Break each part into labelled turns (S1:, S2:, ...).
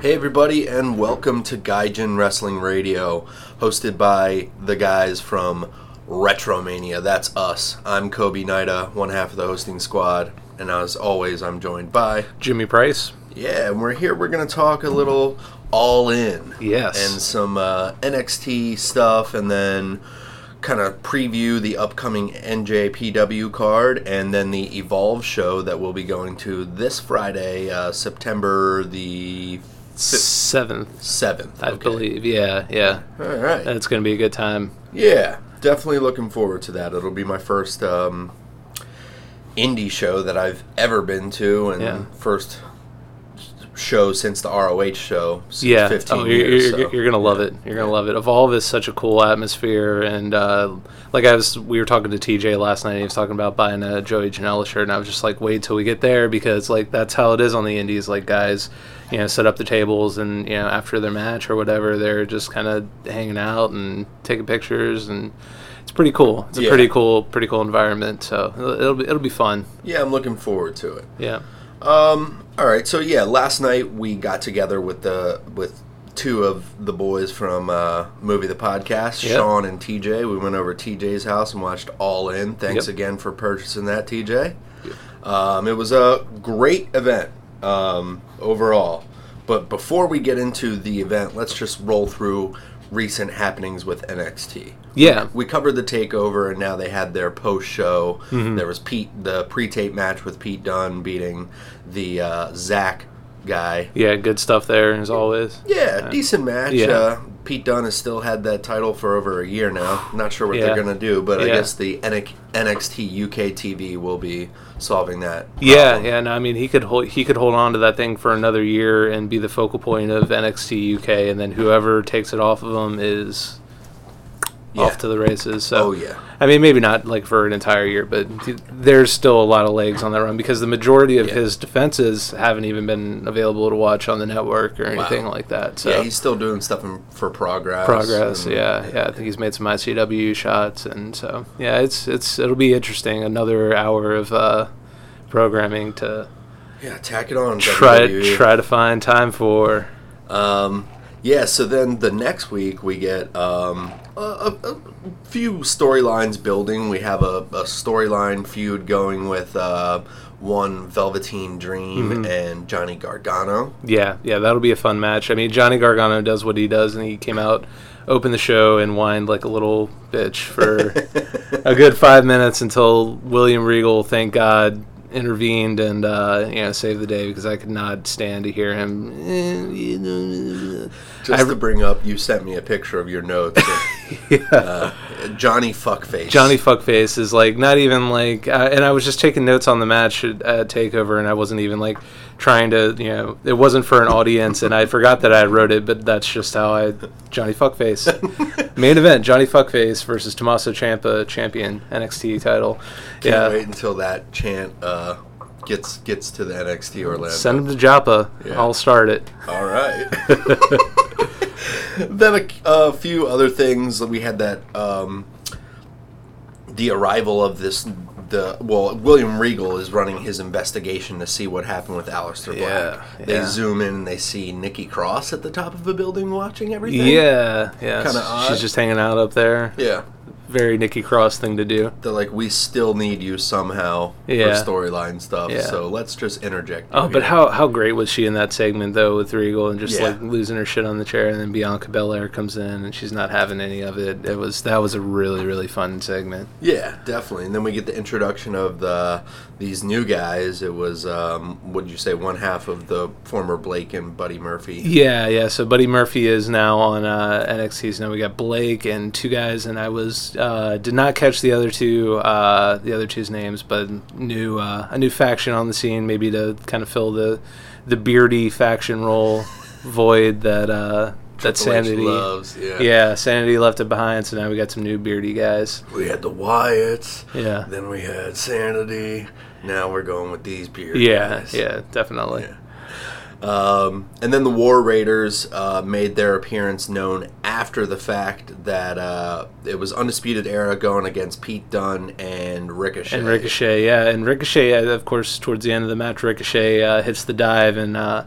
S1: Hey, everybody, and welcome to Gaijin Wrestling Radio, hosted by the guys from Retromania. That's us. I'm Kobe Nida, one half of the hosting squad, and as always, I'm joined by.
S2: Jimmy Price.
S1: Yeah, and we're here. We're going to talk a little all in.
S2: Yes.
S1: And some uh, NXT stuff, and then kind of preview the upcoming NJPW card, and then the Evolve show that we'll be going to this Friday, uh, September the
S2: Seventh,
S1: 7th.
S2: I believe. Uh, Yeah, yeah.
S1: All right.
S2: That's going to be a good time.
S1: yeah, definitely looking forward to that. It'll be my first um, indie show that I've ever been to, and
S2: Yeah.
S1: first show since the ROH show. s-
S2: Yeah.
S1: 15
S2: oh, you're,
S1: years.
S2: you're,
S1: so.
S2: you're going to love it. You're going to love it. Evolve is such a cool atmosphere. And uh, like I was, we were talking to TJ last night. And he was talking about buying a Joey Janela shirt. And I was just like, wait till we get there because like that's how it is on the indies. Like guys, you know, set up the tables and, you know, after their match or whatever, they're just kind of hanging out and taking pictures. And it's pretty cool. It's a
S1: Yeah.
S2: pretty cool, pretty cool environment. So it'll, it'll be, it'll be fun.
S1: yeah, I'm looking forward to it.
S2: Yeah.
S1: All right, so yeah, last night we got together with the with two of the boys from uh, movie the podcast,
S2: Yeah.
S1: Sean and TJ. We went over to TJ's house and watched All In. Thanks
S2: Yep.
S1: again for purchasing that, TJ. Um, it was a great event um, overall. But before we get into the event, let's just roll through recent happenings with NXT
S2: Yeah.
S1: we covered the takeover, and now they had their post show.
S2: Mm-hmm.
S1: There was Pete the pre-tape match with Pete Dunne beating the uh, Zach guy.
S2: Yeah, good stuff there as always.
S1: Yeah, decent match.
S2: yeah.
S1: Uh, Pete Dunne has still had that title for over a year now. Not sure what
S2: Yeah.
S1: they're gonna do, but I
S2: Yeah.
S1: guess the NX NXT UK TV will be solving that.
S2: Yeah, yeah. No, I mean he could hold he could hold on to that thing for another year and be the focal point of NXT UK, and then whoever takes it off of him is
S1: Yeah.
S2: off to the races. So,
S1: Oh, yeah.
S2: I mean maybe not like for an entire year, but th- there's still a lot of legs on that run because the majority of
S1: Yeah.
S2: his defenses haven't even been available to watch on the network or anything like that. So
S1: Yeah, he's still doing stuff in, for progress.
S2: progress.
S1: and-
S2: yeah, yeah. I think he's made some ICW shots, and so yeah, it's it's it'll be interesting. Another hour of uh, programming to
S1: yeah. Tack it on. E.
S2: try
S1: WWE.
S2: try to find time for.
S1: Yeah, so then the next week we get um, a, a, a few storylines building. We have a, a storyline feud going with uh, one Velveteen Dream
S2: Mm-hmm.
S1: and Johnny Gargano.
S2: Yeah, yeah, that'll be a fun match. I mean, Johnny Gargano does what he does, and he came out, opened the show, and whined like a little bitch for a good five minutes until William Regal, thank God, intervened and uh, you know saved the day because I could not stand to hear him. "Eh, you know,
S1: Just
S2: I-
S1: to bring up, you sent me a picture of your notes. uh, Johnny Fuckface.
S2: Johnny Fuckface is like not even like, uh, and I was just taking notes on the match at uh, Takeover, and I wasn't even like trying to, you know, it wasn't for an audience, and I forgot that I wrote it, but that's just how I Johnny Fuckface main event Johnny Fuckface versus Tommaso Ciampa champion NXT title.
S1: Can't
S2: yeah,
S1: wait until that chant uh, gets gets to the NXT Orlando.
S2: send him to Joppa.
S1: Yeah.
S2: I'll start it.
S1: All right. then a, a few other things. We had that um, the arrival of this. The well, William Regal is running his investigation to see what happened with Aleister Black.
S2: Yeah,
S1: They
S2: yeah.
S1: zoom in and they see Nikki Cross at the top of a building watching everything.
S2: Yeah, yeah.
S1: Kinda odd.
S2: She's just hanging out up there.
S1: yeah.
S2: Very Nikki Cross thing to do.
S1: They're like, we still need you somehow
S2: Yeah.
S1: for storyline stuff.
S2: Yeah.
S1: So let's just interject.
S2: Oh,
S1: you
S2: but
S1: here."
S2: how how great was she in that segment though with Regal and just
S1: Yeah.
S2: like losing her shit on the chair, and then Bianca Belair comes in and she's not having any of it. It was that was a really really fun segment.
S1: Yeah, definitely. And then we get the introduction of the these new guys. It was um, what did you say? One half of the former Blake and Buddy Murphy.
S2: Yeah, yeah. So Buddy Murphy is now on uh, NXT. So now we got Blake and two guys, and I was uh, did not catch the other two uh, the other two's names, but new uh, a new faction on the scene, maybe to kind of fill the the beardy faction role void that uh, that
S1: Triple H
S2: sanity.
S1: loves. Yeah.
S2: Yeah, Sanity left it behind, so now we got some new beardy guys.
S1: we had the Wyatts.
S2: Yeah.
S1: Then we had Sanity. Now we're going with these beard
S2: Yeah,
S1: guys.
S2: yeah, definitely.
S1: Um, and then the War Raiders uh, made their appearance known after the fact that uh, it was Undisputed Era going against Pete Dunne and Ricochet.
S2: And Ricochet, yeah, and Ricochet, uh, of course, towards the end of the match, Ricochet uh, hits the dive, and uh,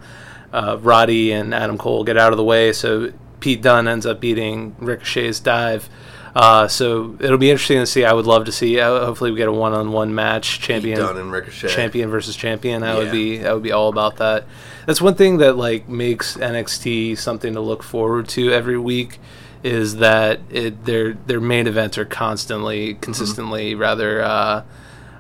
S2: uh, Roddy and Adam Cole get out of the way. So Pete Dunne ends up beating Ricochet's dive. Uh, so it'll be interesting to see. I would love to see. Uh, hopefully, we get a one-on-one match, champion
S1: Dunn and Ricochet.
S2: champion versus champion. I would
S1: Yeah.
S2: be I would be all about that. That's one thing that like makes NXT something to look forward to every week is that it their their main events are constantly
S1: Mm-hmm.
S2: consistently rather uh,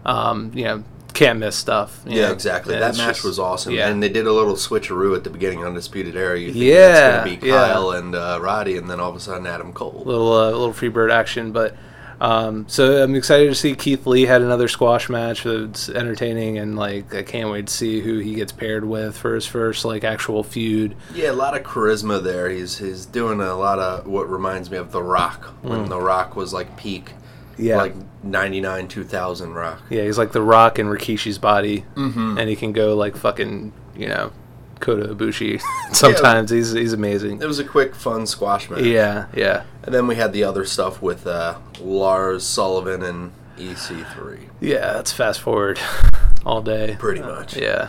S2: um, you know can't miss stuff. you
S1: Yeah,
S2: know?
S1: exactly.
S2: And
S1: that
S2: it's
S1: match
S2: just-
S1: was awesome,
S2: yeah.
S1: and they did a little switcheroo at the beginning, Undisputed Era. You think
S2: Yeah,
S1: it's going to be
S2: yeah.
S1: Kyle and uh, Roddy, and then all of a sudden Adam Cole.
S2: little uh, little free bird action. But um, so I'm excited to see Keith Lee had another squash match. It's entertaining and like I can't wait to see who he gets paired with for his first like actual feud.
S1: Yeah, a lot of charisma there. He's he's doing a lot of what reminds me of The Rock when The Rock was like peak, like '99, 2000 Rock.
S2: yeah, he's like the Rock in Rikishi's body, and he can go like fucking you know Kota Ibushi. Sometimes he's he's amazing.
S1: It was a quick, fun squash match.
S2: Yeah, yeah,
S1: and then we had the other stuff with uh, Lars Sullivan and E EC3.
S2: yeah. That's fast forward all day.
S1: Pretty much.
S2: Yeah.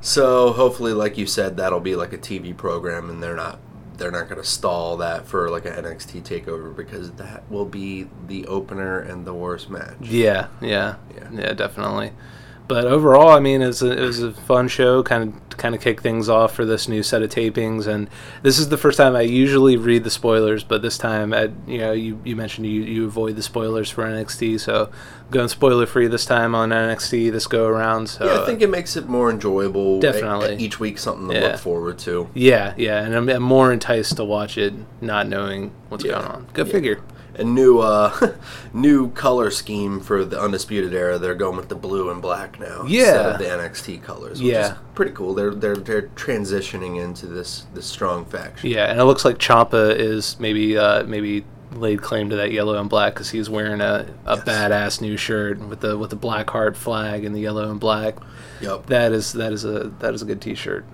S1: So hopefully, like you said, that'll be like a TV program, and they're not they're not going to stall that for like an NXT takeover because that will be the opener and the worst match.
S2: Yeah, yeah,
S1: Yeah.
S2: yeah, definitely. But overall, I mean, it's a, it was a fun show. Kind of kind of kick things off for this new set of tapings, and this is the first time I usually read the spoilers, but this time, I, you know, you, you mentioned you, you avoid the spoilers for NXT, so going spoiler free this time on NXT this go around. So
S1: Yeah, I think it makes it more enjoyable.
S2: Uh, Definitely.
S1: E- each week something to
S2: Yeah.
S1: look forward to.
S2: yeah, yeah, and I'm, I'm more enticed to watch it, not knowing what's
S1: Yeah.
S2: going on. Good
S1: Yeah.
S2: figure.
S1: A new uh, new color scheme for the Undisputed Era. They're going with the blue and black now instead
S2: Yeah.
S1: of the NXT colors. Which
S2: Yeah.
S1: is pretty cool. They're they're they're transitioning into this this strong faction.
S2: Yeah, and it looks like Champa is maybe uh, maybe laid claim to that yellow and black because he's wearing a, a
S1: Yes.
S2: badass new shirt with the with the black heart flag and the yellow and black.
S1: Yep.
S2: That is that is a that is a good T-shirt.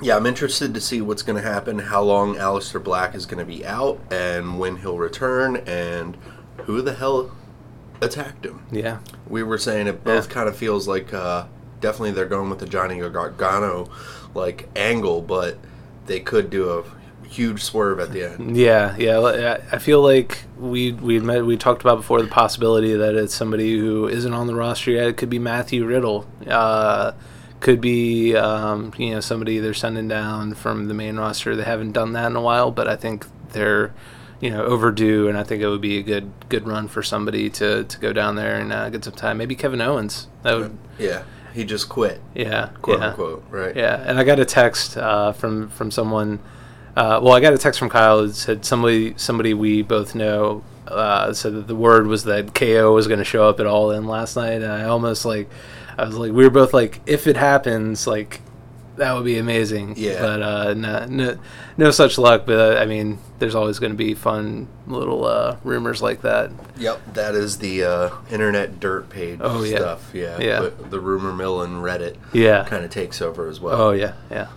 S1: Yeah, I'm interested to see what's going to happen, how long Alistair Black is going to be out, and when he'll return, and who the hell attacked him.
S2: Yeah,
S1: We were saying it both
S2: Yeah.
S1: kind of feels like uh, definitely they're going with the Johnny Gargano like angle, but they could do a huge swerve at the end.
S2: yeah, yeah. li- I- I feel like we we met we talked about before the possibility that it's somebody who isn't on the roster yet. It could be Matthew Riddle. Uh, could be um, you know somebody they're sending down from the main roster. They haven't done that in a while, but I think they're you know overdue, and I think it would be a good good run for somebody to to go down there and uh, get some time. Maybe Kevin Owens. That would
S1: Yeah, he just quit,
S2: yeah
S1: quote
S2: yeah.
S1: unquote, right?
S2: Yeah, and I got a text uh, from from someone. Uh, well, I got a text from Kyle that said somebody somebody we both know uh, said that the word was that KO was going to show up at all in last night, and I almost like I was like we were both like if it happens like that would be amazing.
S1: Yeah.
S2: But uh, no, no no such luck. But uh, I mean, there's always going to be fun little uh, rumors like that.
S1: Yep, that is the uh, internet dirt page
S2: Oh, yeah.
S1: stuff. Yeah,
S2: Yeah.
S1: But the rumor mill and Reddit
S2: Yeah.
S1: kind of takes over as well.
S2: Oh yeah, yeah,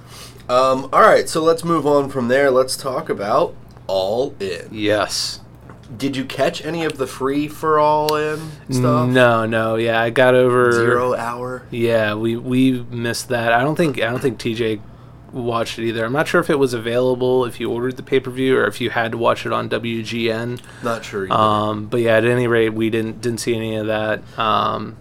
S1: Um, all right, so let's move on from there. Let's talk about All In.
S2: yes.
S1: Did you catch any of the free for All In stuff?
S2: No, no, yeah. I got over
S1: Zero hour.
S2: Yeah, we we missed that. I don't think I don't think TJ watched it either. I'm not sure if it was available if you ordered the pay per view or if you had to watch it on WGN.
S1: Not sure. Either.
S2: Um, but yeah, at any rate, we didn't didn't see any of that. Um,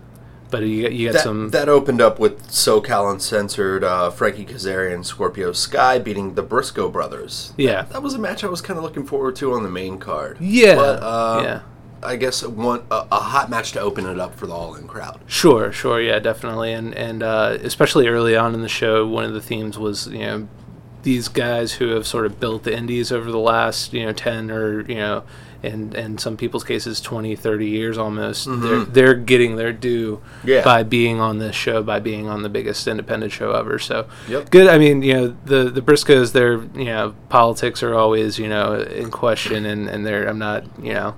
S2: but you got- you got
S1: that,
S2: some.
S1: that opened up with SoCal Uncensored, uh, Frankie Kazarian, Scorpio Sky beating the Briscoe brothers.
S2: yeah,
S1: That was a match I was kind of looking forward to on the main card.
S2: Yeah,
S1: But, uh,
S2: yeah.
S1: I guess one a, a hot match to open it up for the All In crowd.
S2: Sure, sure, yeah, definitely, and and uh, especially early on in the show, one of the themes was you know these guys who have sort of built the indies over the last you know 10 or you know and and some people's cases 20 30 years almost they're they're getting their due
S1: Yeah.
S2: by being on this show by being on the biggest independent show ever so
S1: Yep.
S2: good i mean you know the the briscoes their you know politics are always you know in question and and they're i'm not you know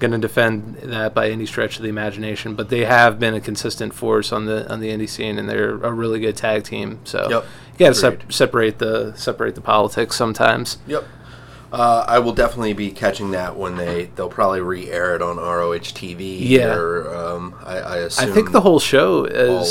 S2: going to defend that by any stretch of the imagination but they have been a consistent force on the on the indie scene and they're a really good tag team so
S1: Yep.
S2: you got to
S1: Agreed.
S2: separate the separate the politics sometimes.
S1: Yep. Uh, I will definitely be catching that when they they'll probably re-air it on ROH TV.
S2: Yeah.
S1: or, um, I, I
S2: I
S1: assume.
S2: think the whole
S1: All
S2: show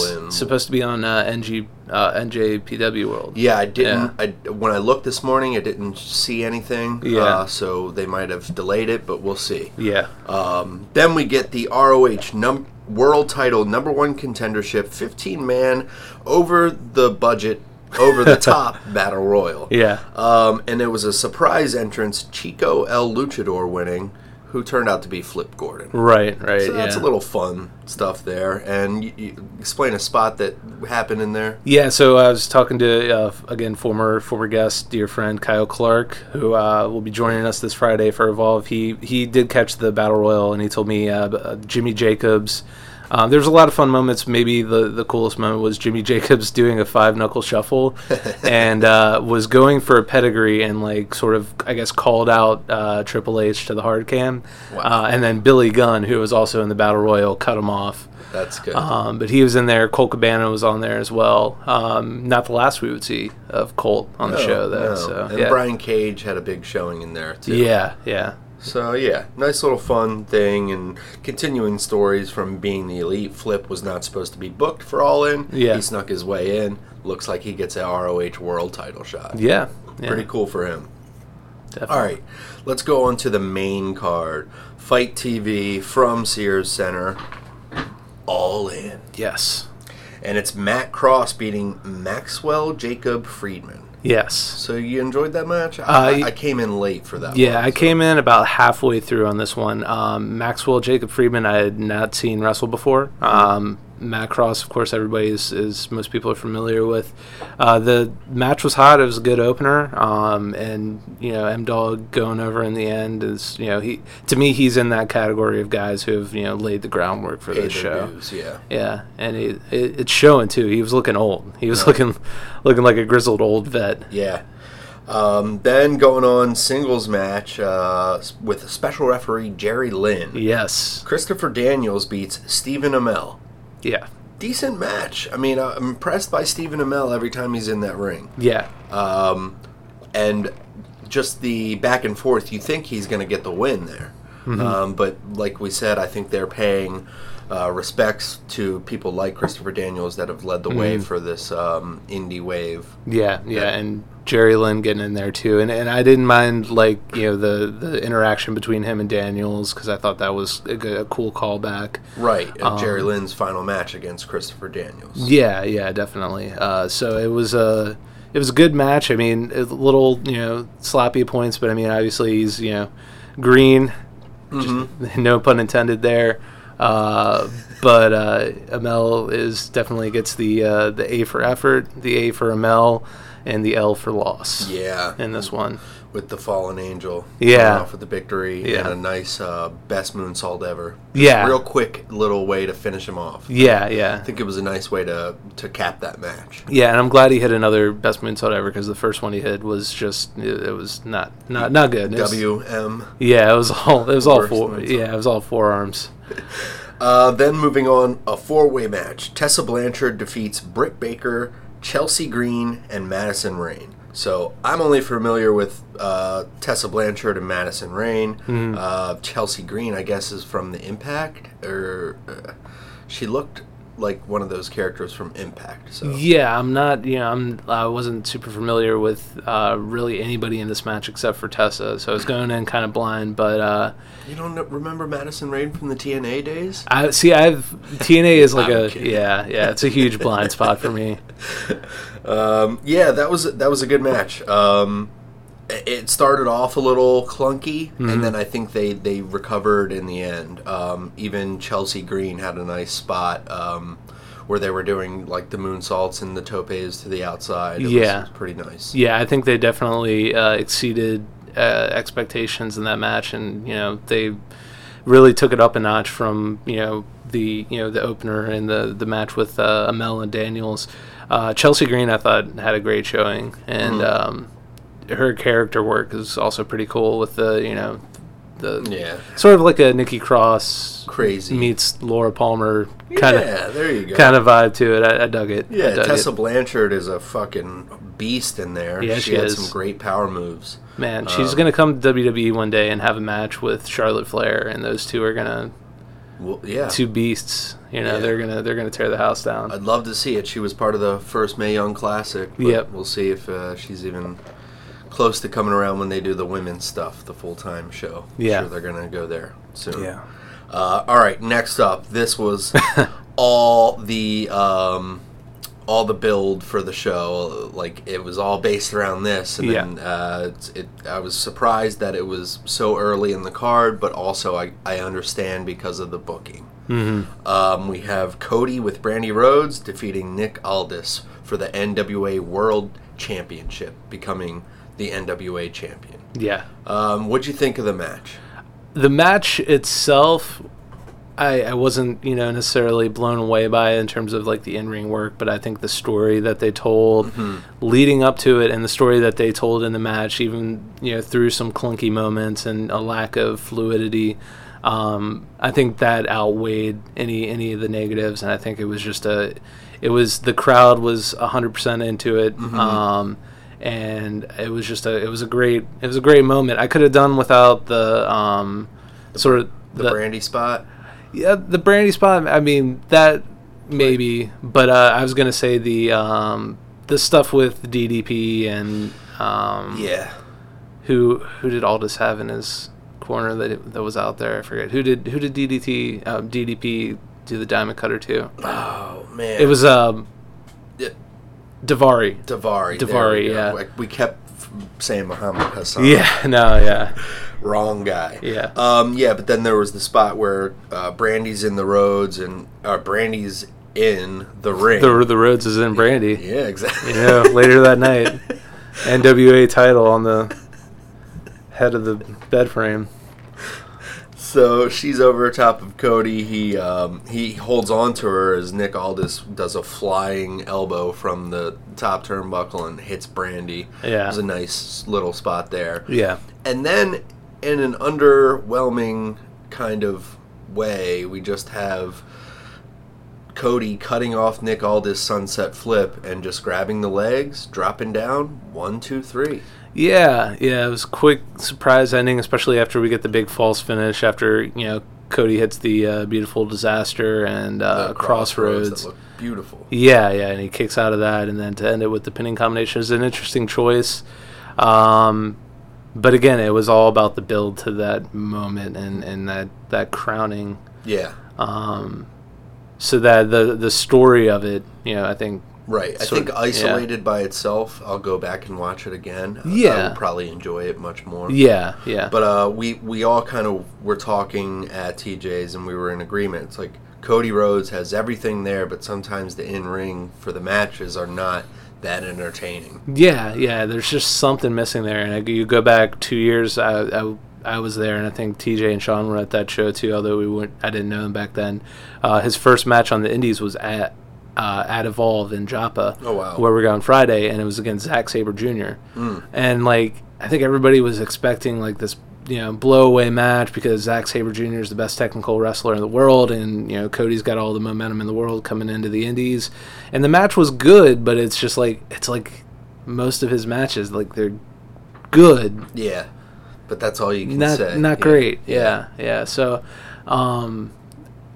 S1: in.
S2: is supposed to be on uh, NG uh, NJPW World.
S1: Yeah, I didn't. I, when I looked this morning, I didn't see anything.
S2: Yeah.
S1: uh, so they might have delayed it, but we'll see.
S2: Yeah.
S1: Um, then we get the ROH num- world title number one contendership, 15 man over the budget, over the top battle royal.
S2: Yeah.
S1: Um, and it was a surprise entrance, Chico El Luchador winning, who turned out to be Flip Gordon.
S2: Right. Right.
S1: So that's
S2: yeah.
S1: a little fun stuff there. And you, you explain a spot that happened in there.
S2: Yeah, so I was talking to uh, f- again former former guest, dear friend Kyle Clark, who uh, will be joining us this Friday for Evolve. He he did catch the battle royal, and he told me uh, b- uh, Jimmy Jacobs. Um, there's a lot of fun moments. Maybe the, the coolest moment was Jimmy Jacobs doing a five knuckle shuffle, and uh, was going for a pedigree and like sort of I guess called out uh, Triple H to the hard cam,
S1: Wow.
S2: uh, and then Billy Gunn, who was also in the battle royal, cut him off.
S1: That's good.
S2: Um, but he was in there. Colt Cabana was on there as well. Um, not the last we would see of Colt on the
S1: No,
S2: show, though.
S1: Oh, no.
S2: So
S1: and
S2: yeah.
S1: Brian Cage had a big showing in there too.
S2: yeah, yeah,
S1: So yeah, nice little fun thing, and continuing stories from being the elite. Flip was not supposed to be booked for All In.
S2: Yeah.
S1: he snuck his way in. Looks like he gets a ROH World Title shot.
S2: yeah, yeah.
S1: pretty cool for him.
S2: definitely.
S1: All right, let's go on to the main card. Fight TV from Sears Center. All In,
S2: Yes,
S1: and it's Matt Cross beating Maxwell Jacob Friedman.
S2: yes,
S1: So you enjoyed that match? I,
S2: Uh,
S1: I- I came in late for that.
S2: yeah.
S1: one,
S2: I
S1: so-
S2: came in about halfway through on this one. Um, Maxwell Jacob Friedman, I had not seen wrestle before. Um, Matt Cross, of course, everybody is, is most people are familiar with. Uh, the match was hot. It was a good opener, um, and you know, M Dog going over in the end is you know he to me he's in that category of guys who have you know laid the groundwork for
S1: Paid
S2: this
S1: their
S2: show.
S1: dues, yeah.
S2: Yeah, and it, it, it's showing too. He was looking old. He was looking looking like a grizzled old vet.
S1: Yeah. Um, then going on singles match uh, s- with special referee Jerry Lynn.
S2: Yes.
S1: Christopher Daniels beats Stephen Amell.
S2: Yeah.
S1: Decent match. I mean, I'm impressed by Stephen Amell every time he's in that ring.
S2: Yeah.
S1: Um, and just the back and forth, you think he's going to get the win there.
S2: Mm-hmm.
S1: Um, but like we said, I think they're paying uh, respects to people like Christopher Daniels that have led the way
S2: Mm-hmm.
S1: for this um, indie wave.
S2: Yeah, yeah, and Jerry Lynn getting in there too, and and I didn't mind like you know the the interaction between him and Daniels because I thought that was a, good, a cool callback.
S1: Right, at
S2: Um,
S1: Jerry Lynn's final match against Christopher Daniels.
S2: Yeah, yeah, definitely. Uh, so it was a it was a good match. I mean, a little you know sloppy points, but I mean obviously he's you know green, just, no pun intended there. Uh, but uh, Amel is definitely gets the uh, the A for effort, the A for Amel, and the L for loss.
S1: Yeah,
S2: In this one,
S1: with the fallen angel.
S2: Yeah.
S1: coming off with the victory
S2: Yeah.
S1: and a nice uh, best moonsault ever.
S2: Yeah.
S1: real quick little way to finish him off.
S2: Yeah, yeah.
S1: I think it was a nice way to to cap that match.
S2: Yeah, and I'm glad he hit another best moonsault ever because the first one he hit was just it, it was not not not good. It was-
S1: WM.
S2: yeah, it was all it was all
S1: Worst
S2: four.
S1: moonsault.
S2: Yeah, it was all forearms.
S1: Uh, then moving on, a four way match. Tessa Blanchard defeats Britt Baker, Chelsea Green, and Madison Rain. So I'm only familiar with uh, Tessa Blanchard and Madison Rain. Uh, Chelsea Green, I guess, is from the Impact, or uh, she looked like one of those characters from Impact. So
S2: Yeah, I'm not. You know, I'm. I wasn't super familiar with uh, really anybody in this match except for Tessa, so I was going in kind of blind. But uh,
S1: you don't kn- remember Madison Rain from the TNA days?
S2: I see. I've TNA is like
S1: I'm
S2: a
S1: kidding.
S2: yeah, yeah. It's a huge blind spot for me.
S1: Yeah, that was that was a good match. Um, i- it started off a little clunky,
S2: Mm-hmm.
S1: and then I think they they recovered in the end. Um, even Chelsea Green had a nice spot um, where they were doing like the moonsaults and the topes to the outside. It was-
S2: Yeah.
S1: it was pretty nice.
S2: Yeah, I think they definitely uh, exceeded uh, expectations in that match, and you know they really took it up a notch from you know the you know the opener and the the match with uh, Amel and Daniels. Uh, Chelsea Green, I thought, had a great
S1: Mm-hmm.
S2: showing, and um, her character work is also pretty cool with the you know the
S1: Yeah.
S2: sort of like a Nikki Cross
S1: Crazy.
S2: meets Laura Palmer kind of
S1: yeah, there you go.
S2: kind of vibe to it. I, I dug it. I
S1: yeah,
S2: dug
S1: Tessa
S2: it.
S1: Blanchard is a fucking beast in there.
S2: Yeah,
S1: she,
S2: she
S1: had
S2: is.
S1: some great power moves.
S2: Man, she's gonna come to WWE one day and have a match with Charlotte Flair, and those two are gonna
S1: Well, yeah.
S2: two beasts. You know,
S1: Yeah.
S2: they're gonna they're gonna tear the house down.
S1: I'd love to see it. She was part of the first May Young Classic. But
S2: Yep.
S1: We'll see if uh, she's even close to coming around when they do the women's stuff, the full time show.
S2: Yeah.
S1: Sure they're going to go there soon.
S2: yeah,
S1: Uh, all right, next up, this was all the um, all the build for the show. Like it was all based around this, and then uh, it's- it, I was surprised that it was so early in the card, but also I, I understand because of the booking. Mm-hmm. Um, we have Cody with Brandy Rhodes defeating Nick Aldis for the NWA World Championship, becoming the NWA champion.
S2: yeah.
S1: Um, what'd you think of the match?
S2: the match itself I, I wasn't you know necessarily blown away by it in terms of like the in-ring work but i think the story that they told
S1: Mm-hmm.
S2: leading up to it and the story that they told in the match even you know through some clunky moments and a lack of fluidity um, i think that outweighed any any of the negatives and i think it was just a it was the crowd was 100% into it
S1: Mm-hmm.
S2: um, and it was just a it was a great it was a great moment i could have done without the um, sort of
S1: The Brandy spot.
S2: yeah, the brandy spot. I mean that maybe, but uh, I was gonna say the um, the stuff with DDP and um,
S1: Yeah.
S2: who who did Aldous have in his corner that that was out there. I forget who did who did DDT uh, DDP do the diamond cutter to.
S1: Oh man,
S2: It was um,
S1: Yeah.
S2: Davari.
S1: Davari. there
S2: Davari,
S1: we go.
S2: yeah.
S1: Like, we kept f- saying Muhammad Hassan.
S2: Yeah, no, yeah,
S1: wrong guy.
S2: Yeah.
S1: um, yeah. But then there was the spot where uh, Brandy's in the roads and uh, Brandy's in the ring.
S2: the the Rhodes is in brandy.
S1: yeah, exactly.
S2: Yeah, later that night, NWA title on the head of the bed frame.
S1: So she's over top of Cody. He um, he holds on to her as Nick Aldis does a flying elbow from the top turnbuckle and hits Brandy.
S2: Yeah.
S1: it was a nice little spot there.
S2: Yeah.
S1: And then, in an underwhelming kind of way, we just have Cody cutting off Nick Aldis' sunset flip and just grabbing the legs, dropping down, one, two, three.
S2: Yeah, yeah, it was a quick surprise ending, especially after we get the big false finish after you know Cody hits the uh, beautiful disaster and uh,
S1: The
S2: crossroads.
S1: that look beautiful.
S2: Yeah, yeah, and he kicks out of that, and then to end it with the pinning combination is an interesting choice. Um, but again, it was all about the build to that moment and and that that crowning. Um,
S1: Yeah,
S2: So that the the story of it, you know, I think
S1: right. I
S2: Sort
S1: think
S2: of-
S1: isolated by itself, I'll go back and watch it again. I- I
S2: Yeah.
S1: would probably enjoy it much more.
S2: yeah, yeah,
S1: But uh, we we all kind of were talking at TJ's, and we were in agreement. It's like Cody Rhodes has everything there, but sometimes the in ring for the matches are not that entertaining.
S2: Yeah, yeah. There's just something missing there, and I, you go back two years. I, I I was there, and I think TJ and Sean were at that show too. Although we weren't, I didn't know him back then. Uh, his first match on the Indies was at uh, at Evolve in Joppa,
S1: Oh, wow. Hmm.
S2: where we are going Friday, and it was against Zack Saber Jr. And like I think everybody was expecting like this. You know, blow away match because Zack Saber Jr. is the best technical wrestler in the world, and you know Cody's got all the momentum in the world coming into the Indies, and the match was good, but it's just like it's like most of his matches like they're good
S1: Yeah, but that's all you can
S2: not
S1: say.
S2: not
S1: Yeah.
S2: great yeah yeah so um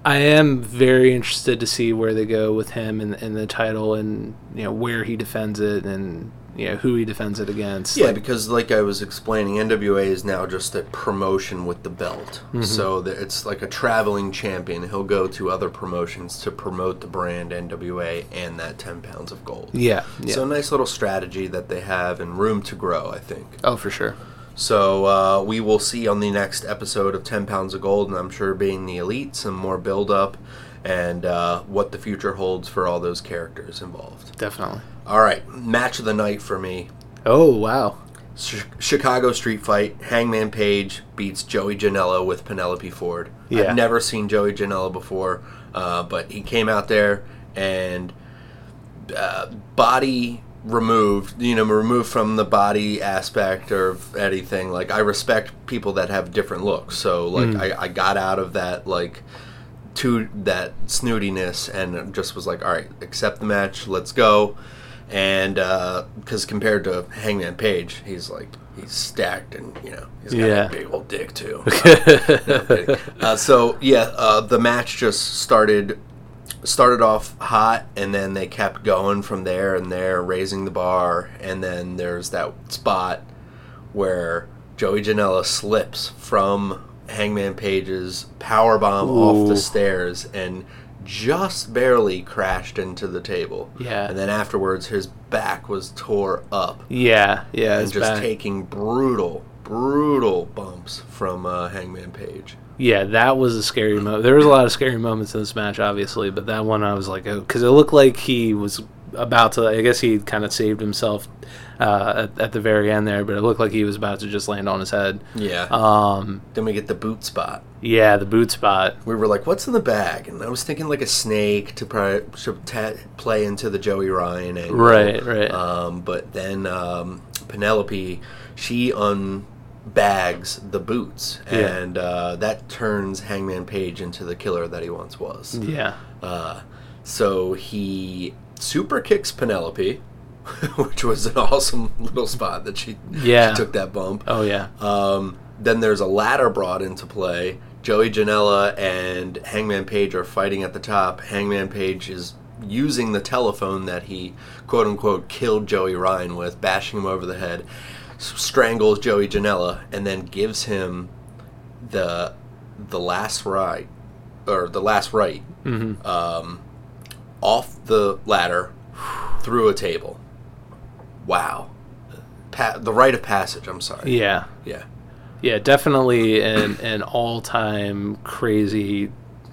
S2: i am very interested to see where they go with him and, and the title and you know where he defends it and you know who he defends it against
S1: Yeah,
S2: Like,
S1: because like I was explaining, NWA is now just a promotion with the belt.
S2: Mm-hmm.
S1: So that it's like a traveling champion. He'll go to other promotions to promote the brand NWA and that 10 pounds of gold.
S2: yeah, yeah.
S1: So, nice little strategy that they have and room to grow, I think.
S2: oh for sure
S1: So uh, we will see on the next episode of Ten Pounds of Gold, and I'm sure being the elite, some more build up, and uh, what the future holds for all those characters involved.
S2: definitely
S1: All right, match of the night for me:
S2: oh wow
S1: Sh- Chicago Street Fight. Hangman Page beats Joey Janela with Penelope Ford.
S2: Yeah.
S1: I've never seen Joey Janela before, uh, but he came out there and uh, body removed, you know, removed from the body aspect or anything. Like I respect people that have different looks. So like I, I got out of that like to that snootiness and just was like, all right, accept the match, let's go. And because compared to Hangman Page, he's like he's stacked and you know he's got
S2: Yeah.
S1: a big old dick too. No, I'm kidding. uh, so yeah, uh, the match just started started off hot, and then they kept going from there and there, raising the bar, and then there's that spot where Joey Janela slips from Hangman Page's power bomb off
S2: Ooh.
S1: the stairs and just barely crashed into the table.
S2: Yeah.
S1: and then afterwards, his back was tore up
S2: Yeah, yeah,
S1: and
S2: it's
S1: just
S2: bad.
S1: taking brutal, brutal bumps from uh, Hangman Page.
S2: yeah, that was a scary moment. There was a lot of scary moments in this match, obviously, but that one I was like, because it looked like he was about to. I guess he kind of saved himself uh, at, at the very end there, but it looked like he was about to just land on his head.
S1: Yeah.
S2: Um,
S1: then we get the boot spot.
S2: yeah, the boot spot.
S1: We were like, "What's in the bag?" And I was thinking like a snake to, pri- to ta play into the Joey Ryan angle.
S2: Right, right.
S1: Um, but then um, Penelope, she unbags the boots,
S2: Yeah.
S1: and uh, that turns Hangman Page into the killer that he once was.
S2: yeah,
S1: Uh, so he super kicks Penelope, which was an awesome little spot that she,
S2: Yeah.
S1: she took that bump.
S2: oh yeah,
S1: Um, then there's a ladder brought into play. Joey Janela and Hangman Page are fighting at the top. Hangman Page is using the telephone that he, quote unquote, killed Joey Ryan with, bashing him over the head, s- strangles Joey Janela, and then gives him the the last right or the last right um, off the ladder through a table. Wow. Pa- the rite of passage, I'm sorry.
S2: yeah.
S1: Yeah.
S2: Yeah, definitely an, an all time crazy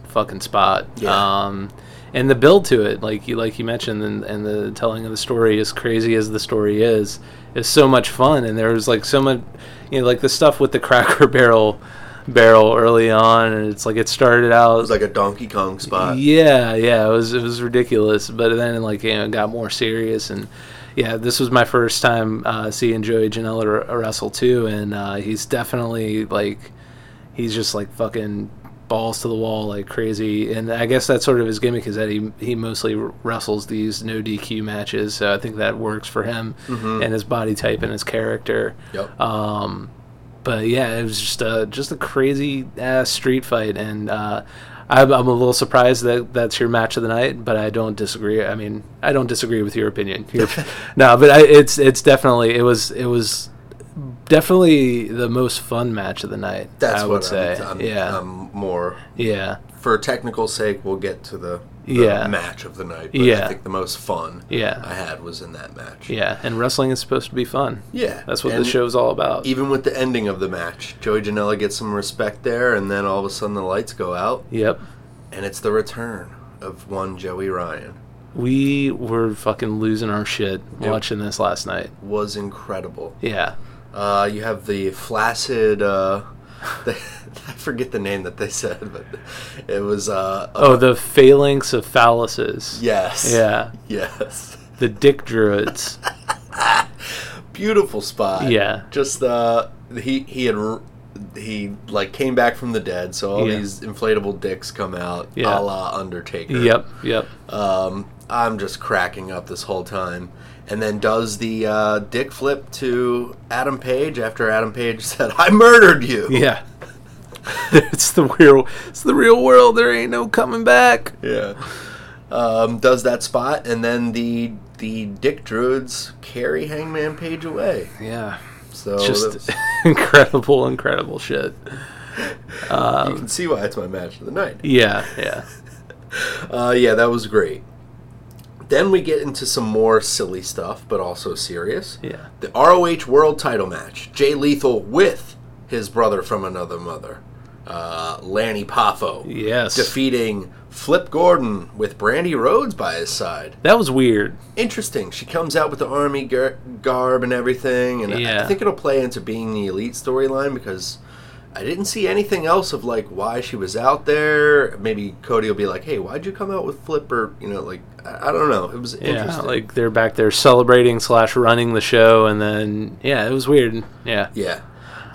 S2: fucking spot.
S1: Yeah.
S2: Um, and the build to it, like you like you mentioned, and, and the telling of the story, as crazy as the story is, is so much fun. And there was like so much, you know, like the stuff with the Cracker Barrel barrel early on, and it's like it started out
S1: It was like a Donkey Kong spot.
S2: yeah, yeah, it was it was ridiculous, but then like you know it got more serious and yeah, this was my first time uh, seeing Joey Janela r- wrestle too, and uh, he's definitely like he's just like fucking balls to the wall like crazy, and I guess that's sort of his gimmick is that he he mostly r- wrestles these no DQ matches, so I think that works for him and his body type and his character.
S1: Yep.
S2: Um, but yeah, it was just a just a crazy ass street fight, and uh, I'm, I'm a little surprised that that's your match of the night. But I don't disagree. I mean, I don't disagree with your opinion. Your- no, but I, it's it's definitely it was it was definitely the most fun match of the night.
S1: That's
S2: I
S1: what
S2: would say.
S1: I'm, Um, I'm,
S2: yeah,
S1: I'm more
S2: yeah,
S1: for technical sake. We'll get to the, the
S2: Yeah.
S1: match of the night. But
S2: Yeah.
S1: I think the most fun
S2: Yeah.
S1: I had was in that match.
S2: yeah. And wrestling is supposed to be fun.
S1: Yeah,
S2: That's what
S1: and e
S2: the show's all about.
S1: Even with the ending of the match, Joey Janela gets some respect there, and then all of a sudden the lights go out,
S2: yep.
S1: and it's the return of one Joey Ryan.
S2: We were fucking losing our shit watching this last night.
S1: Was incredible.
S2: Yeah.
S1: Uh, you have the flaccid. Uh, the, I forget the name that they said, but it was. Uh, a-
S2: Oh, the phalanx of phalluses.
S1: Yes.
S2: Yeah.
S1: Yes.
S2: The dick druids.
S1: Beautiful spot.
S2: Yeah.
S1: Just uh, he he had r- he like came back from the dead, so all
S2: Yeah.
S1: these inflatable dicks come out,
S2: Yeah.
S1: a la Undertaker.
S2: yep, yep.
S1: Um, I'm just cracking up this whole time, and then does the uh, dick flip to Adam Page after Adam Page said, "I murdered you."
S2: Yeah. it's the real it's the real world. There ain't no coming back.
S1: Yeah. Um, does that spot, and then the the dick druids carry Hangman Page away.
S2: Yeah.
S1: So
S2: Just
S1: that's-
S2: incredible, incredible shit. uh,
S1: you can see why it's my match of the night.
S2: Yeah, yeah.
S1: Uh, yeah, that was great. Then we get into some more silly stuff, but also serious.
S2: Yeah.
S1: The ROH World Title match: Jay Lethal with his brother from another mother, uh, Lanny Poffo,
S2: Yes.
S1: defeating Flip Gordon with Brandy Rhodes by his side.
S2: that was weird.
S1: Interesting. She comes out with the army gar- garb and everything, and I- I,
S2: Yeah.
S1: think it'll play into being the elite storyline because I didn't see anything else of like why she was out there. Maybe Cody will be like, "Hey, why'd you come out with Flipper?" You know, like I, I don't know. It was
S2: Yeah,
S1: interesting.
S2: like they're back there celebrating slash running the show, and then yeah, it was weird. Yeah,
S1: yeah.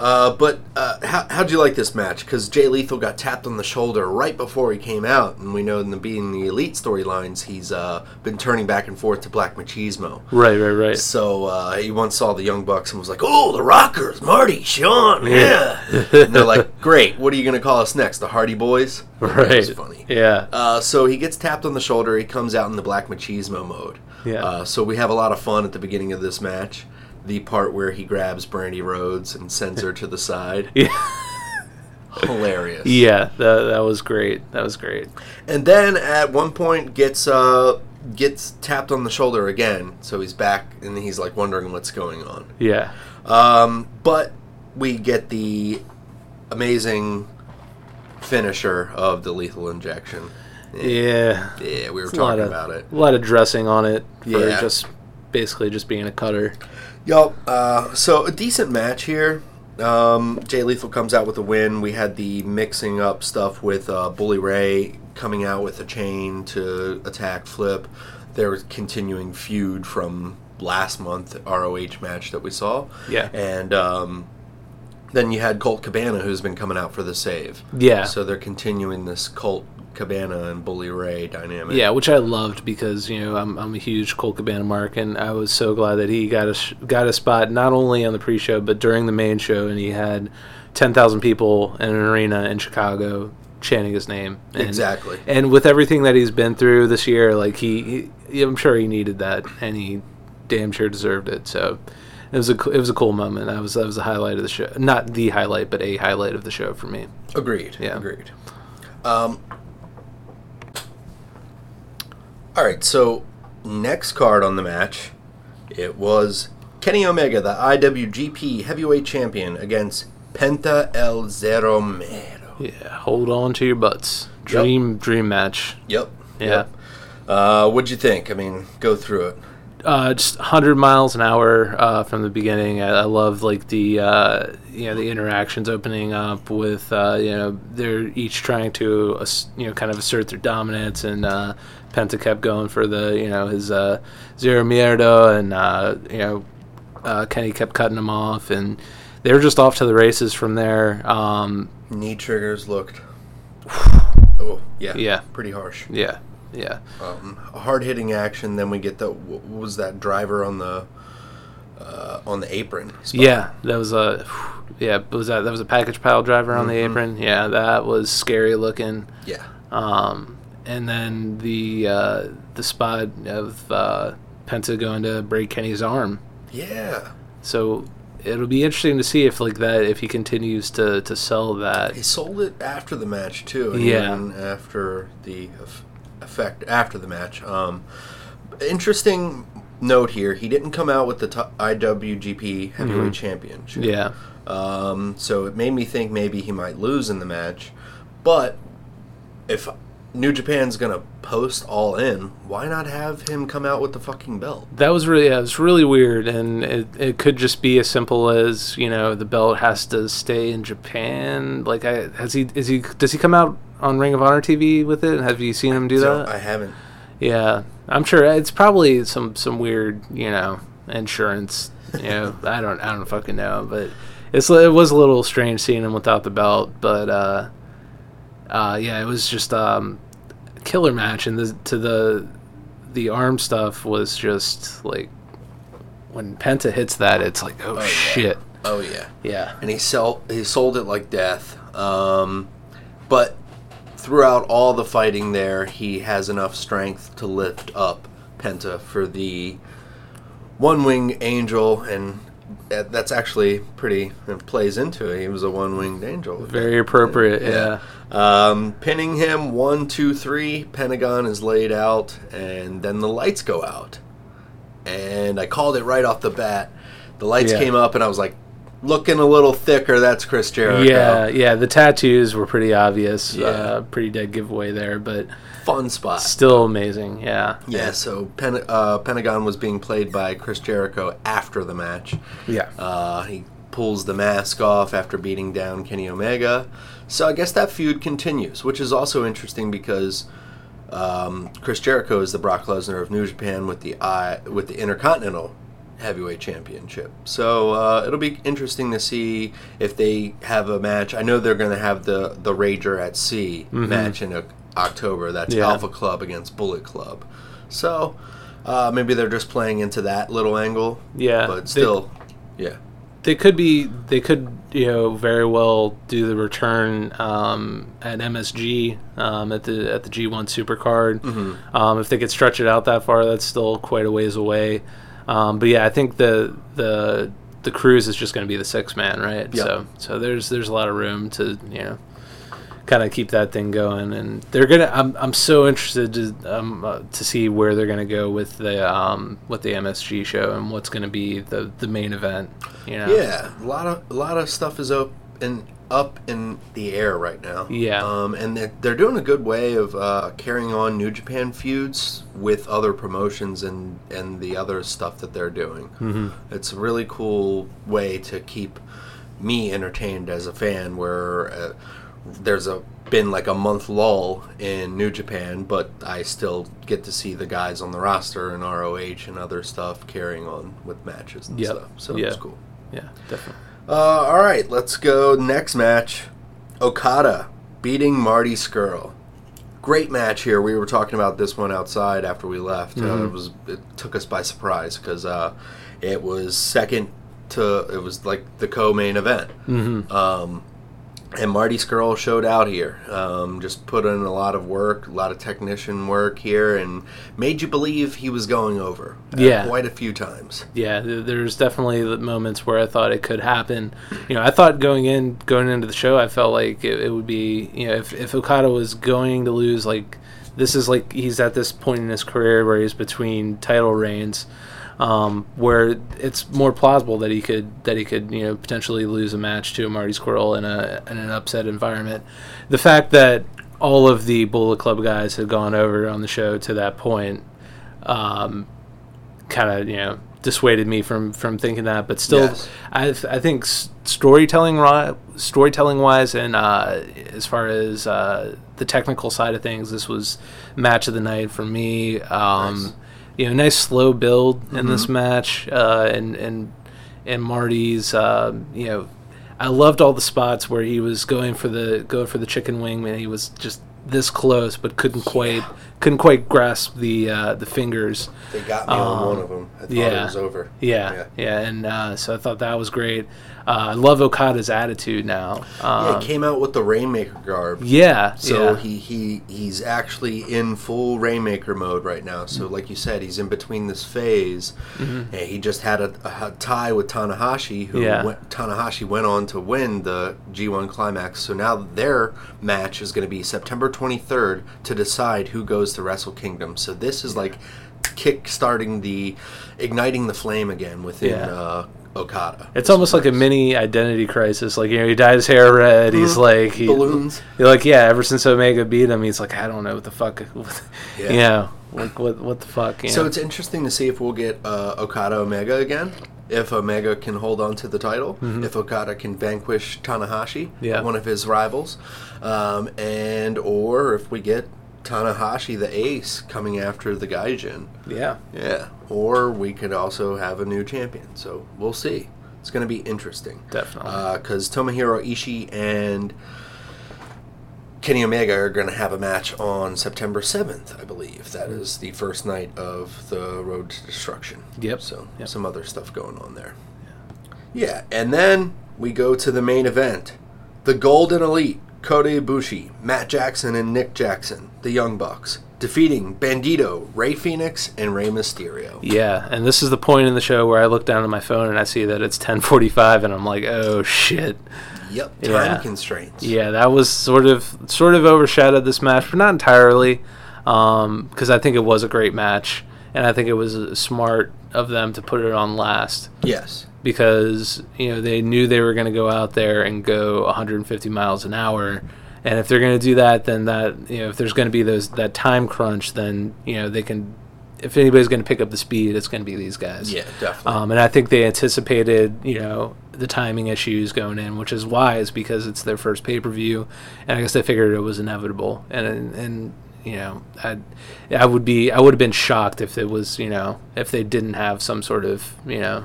S1: Uh, but uh, how how'd you like this match? Because Jay Lethal got tapped on the shoulder right before he came out, and we know in the being the elite storylines, he's uh, been turning back and forth to Black Machismo.
S2: right, right, right.
S1: So uh, he once saw the Young Bucks and was like, "Oh, the Rockers, Marty, Sean, yeah." and they're like, "Great, what are you going to call us next? The Hardy Boys?"
S2: Right.
S1: It's funny.
S2: Yeah.
S1: Uh, so he gets tapped on the shoulder. He comes out in the Black Machismo mode.
S2: Yeah.
S1: Uh, so we have a lot of fun at the beginning of this match. The part where he grabs Brandy Rhodes and sends her to the side.
S2: Yeah.
S1: Hilarious.
S2: Yeah, that, that was great. That was great.
S1: And then at one point gets uh gets tapped on the shoulder again. So he's back and he's like wondering what's going on.
S2: Yeah.
S1: Um, but we get the amazing finisher of the lethal injection.
S2: Yeah.
S1: Yeah, we were
S2: A lot
S1: talking
S2: of-
S1: about it.
S2: A lot of dressing on it for
S1: Yeah.
S2: just basically just being a cutter.
S1: Yup. Uh, so a decent match here. Um, Jay Lethal comes out with a win. We had the mixing up stuff with uh, Bully Ray coming out with a chain to attack Flip. There was continuing feud from last month ROH match that we saw.
S2: Yeah.
S1: And um, then you had Colt Cabana who's been coming out for the save.
S2: Yeah.
S1: So they're continuing this Colt Cabana and Bully Ray dynamic.
S2: Yeah, which I loved because you know I'm, I'm a huge Colt Cabana mark, and I was so glad that he got a sh- got a spot not only on the pre-show but during the main show, and he had ten thousand people in an arena in Chicago chanting his name. And,
S1: Exactly.
S2: And with everything that he's been through this year, like he, he, I'm sure he needed that, and he damn sure deserved it. So. It was a co- it was a cool moment. That was that was a highlight of the show, not the highlight, but a highlight of the show for me.
S1: Agreed.
S2: Yeah.
S1: Agreed. Um, all right. So next card on the match, it was Kenny Omega, the IWGP Heavyweight Champion, against Penta El Zero Mero.
S2: Yeah, hold on to your butts. Dream dream match.
S1: Yep.
S2: Yeah.
S1: Yep. Uh, what'd you think? I mean, go through it.
S2: uh, just 100 miles an hour uh, from the beginning. I, I love like the uh, you know the interactions opening up with uh, you know they're each trying to ass- you know kind of assert their dominance, and uh, Penta kept going for the you know his uh, zero mierda, and uh, you know uh, Kenny kept cutting him off, and they were just off to the races from there. Um,
S1: Knee triggers looked. Oh yeah.
S2: Yeah.
S1: Pretty harsh.
S2: yeah, yeah.
S1: Um, hard hitting action. Then we get the what was that driver on the uh, on the apron? spot.
S2: Yeah, that was a yeah. Was that that was a package pile driver on the apron? Yeah, that was scary looking.
S1: Yeah.
S2: Um, and then the uh, the spot of uh, Penta going to break Kenny's arm.
S1: Yeah.
S2: So it'll be interesting to see if like that if he continues to to sell that.
S1: He sold it after the match too, and
S2: Yeah.
S1: even after the eff- effect after the match. Um, interesting note here: he didn't come out with the t- IWGP Heavyweight Championship.
S2: Mm-hmm. Yeah,
S1: Um, so it made me think maybe he might lose in the match, but if New Japan's gonna post all in, why not have him come out with the fucking belt?
S2: that was really yeah, it was really weird, and it it could just be as simple as you know the belt has to stay in Japan. Like, I, has he is he does he come out on Ring of Honor TV with it? Have you seen him do
S1: So
S2: that?
S1: I haven't.
S2: Yeah, I'm sure it's probably some some weird, you know, insurance. You know, I don't I don't fucking know, but it's it was a little strange seeing him without the belt, but uh, uh, yeah, it was just um, a killer match, and the to the the arm stuff was just like when Penta hits that, it's like oh,
S1: yeah.
S2: shit,
S1: Oh yeah.
S2: yeah,
S1: and he sell he sold it like death. Um, but throughout all the fighting there, he has enough strength to lift up Penta for the one winged angel, and that, that's actually pretty it plays into it. He was a one winged angel.
S2: very appropriate, yeah.
S1: Um, pinning him one, two, three. Pentagon is laid out, and then the lights go out. And I called it right off the bat. The lights
S2: Yeah.
S1: came up, and I was like, looking a little thicker. That's Chris Jericho.
S2: Yeah, yeah, the tattoos were pretty obvious,
S1: Yeah.
S2: uh, pretty dead giveaway there, but
S1: fun spot.
S2: still amazing, yeah.
S1: Yeah. So Pen- uh, Pentagon was being played by Chris Jericho after the match.
S2: Yeah.
S1: Uh, he pulls the mask off after beating down Kenny Omega. So I guess that feud continues, which is also interesting because um, Chris Jericho is the Brock Lesnar of New Japan with the I, with the Intercontinental Heavyweight Championship. So uh, it'll be interesting to see if they have a match. I know they're going to have the the Rager at Sea match in uh, October. That's
S2: Yeah.
S1: Alpha Club against Bullet Club. So uh, maybe they're just playing into that little angle.
S2: Yeah,
S1: but
S2: they-
S1: still, yeah.
S2: they could be they could you know very well do the return um, at MSG um, at the at the G1 Supercard.
S1: Mm-hmm.
S2: Um, if they could stretch it out that far, that's still quite a ways away. Um, but yeah, I think the the the cruise is just going to be the six man, right?
S1: Yep.
S2: So so there's there's a lot of room to you know kind of keep that thing going and they're gonna i'm, I'm so interested to, um, uh, to see where they're gonna go with the um with the msg show and what's gonna be the the main event you know
S1: Yeah, a lot of a lot of stuff is up and up in the air right now.
S2: Yeah.
S1: um, and they're, they're doing a good way of uh, carrying on New Japan feuds with other promotions and and the other stuff that they're doing. Mm-hmm. It's a really cool way to keep me entertained as a fan. Where uh, there's a been like a month lull in New Japan, but I still get to see the guys on the roster and ROH and other stuff carrying on with matches and
S2: Yep.
S1: stuff. So
S2: Yeah.
S1: it's cool.
S2: yeah definitely
S1: Uh, all right, let's go next match. Okada beating Marty Skrull. Great match here. We were talking about this one outside after we left.
S2: Mm-hmm.
S1: Uh, it was it took us by surprise because uh, it was second to it was like the co-main event.
S2: Mm-hmm.
S1: Um, and Marty Skrull showed out here. Um, just put in a lot of work, a lot of technician work here, and made you believe he was going over. uh,
S2: Yeah.
S1: quite a few times.
S2: yeah th- there's definitely the moments where i thought it could happen you know i thought going in going into the show i felt like it, it would be you know if, if okada was going to lose like this is like he's at this point in his career where he's between title reigns um, where it's more plausible that he could that he could you know potentially lose a match to Marty Squirrel in a in an upset environment. The fact that all of the Bullet Club guys had gone over on the show to that point um, kind of you know dissuaded me from from thinking that but still
S1: Yes.
S2: i i think s- storytelling ri- storytelling wise and uh as far as uh the technical side of things this was match of the night for me um
S1: Nice. Mm-hmm.
S2: you know nice slow build in this match uh and and and marty's uh you know i loved all the spots where he was going for the going for the chicken wing and he was just this close but couldn't quite couldn't quite grasp the uh the fingers
S1: They got me on one of them. I thought
S2: Um, yeah.
S1: it was over.
S2: Yeah, yeah, and uh, so I thought that was great. Uh, I love Okada's attitude now.
S1: Yeah,
S2: Um,
S1: it came out with the Rainmaker garb.
S2: yeah,
S1: So
S2: yeah.
S1: he, he he's actually in full Rainmaker mode right now. So
S2: Mm-hmm.
S1: like you said, he's in between this phase. And he just had a, a tie with Tanahashi, who
S2: Yeah.
S1: went, Tanahashi went on to win the G1 Climax. So now their match is going to be September 23rd to decide who goes to Wrestle Kingdom. So this is like kick starting the igniting the flame again within
S2: Yeah.
S1: uh, Okada.
S2: it's almost like a mini identity crisis. Like you know, he dyed his hair red. He's like he,
S1: Mm-hmm. balloons.
S2: You're like yeah. Ever since Omega beat him, he's like I don't know what the fuck.
S1: Yeah.
S2: You know, like what what the fuck. You
S1: So
S2: know?
S1: it's interesting to see if we'll get uh, Okada Omega again. If Omega can hold on to the title, if Okada can vanquish Tanahashi,
S2: Yeah.
S1: one of his rivals, um, and or if we get Tanahashi the Ace coming after the Gaijin,
S2: yeah.
S1: yeah, or we could also have a new champion. So we'll see. It's going to be interesting,
S2: Definitely.
S1: uh, because Tomohiro Ishii and Kenny Omega are going to have a match on September 7th, I believe. That
S2: Hmm.
S1: is the first night of the Road to Destruction.
S2: Yep.
S1: So,
S2: Yep.
S1: some other stuff going on there. Yeah. and then we go to the main event the Golden Elite, Kota Ibushi, Matt Jackson, and Nick Jackson, the Young Bucks, defeating Bandito, Ray Phoenix, and Rey Mysterio.
S2: Yeah, and this is the point in the show where I look down at my phone and I see that it's 10:45 and I'm like, "Oh shit."
S1: Yep, time
S2: Yeah.
S1: constraints.
S2: Yeah, that was sort of sort of overshadowed this match, but not entirely, because I think it was a great match, and I think it was uh, smart of them to put it on last
S1: Yes.
S2: because you know they knew they were going to go out there and go 150 miles an hour, and if they're going to do that, then that you know if there's going to be those that time crunch, then you know they can if anybody's going to pick up the speed, it's going to be these guys.
S1: Yeah, definitely.
S2: Um, and I think they anticipated, you know, the timing issues going in, which is wise because it's their first pay per view, and I guess they figured it was inevitable. And and, and you know, I I would be I would have been shocked if it was you know if they didn't have some sort of you know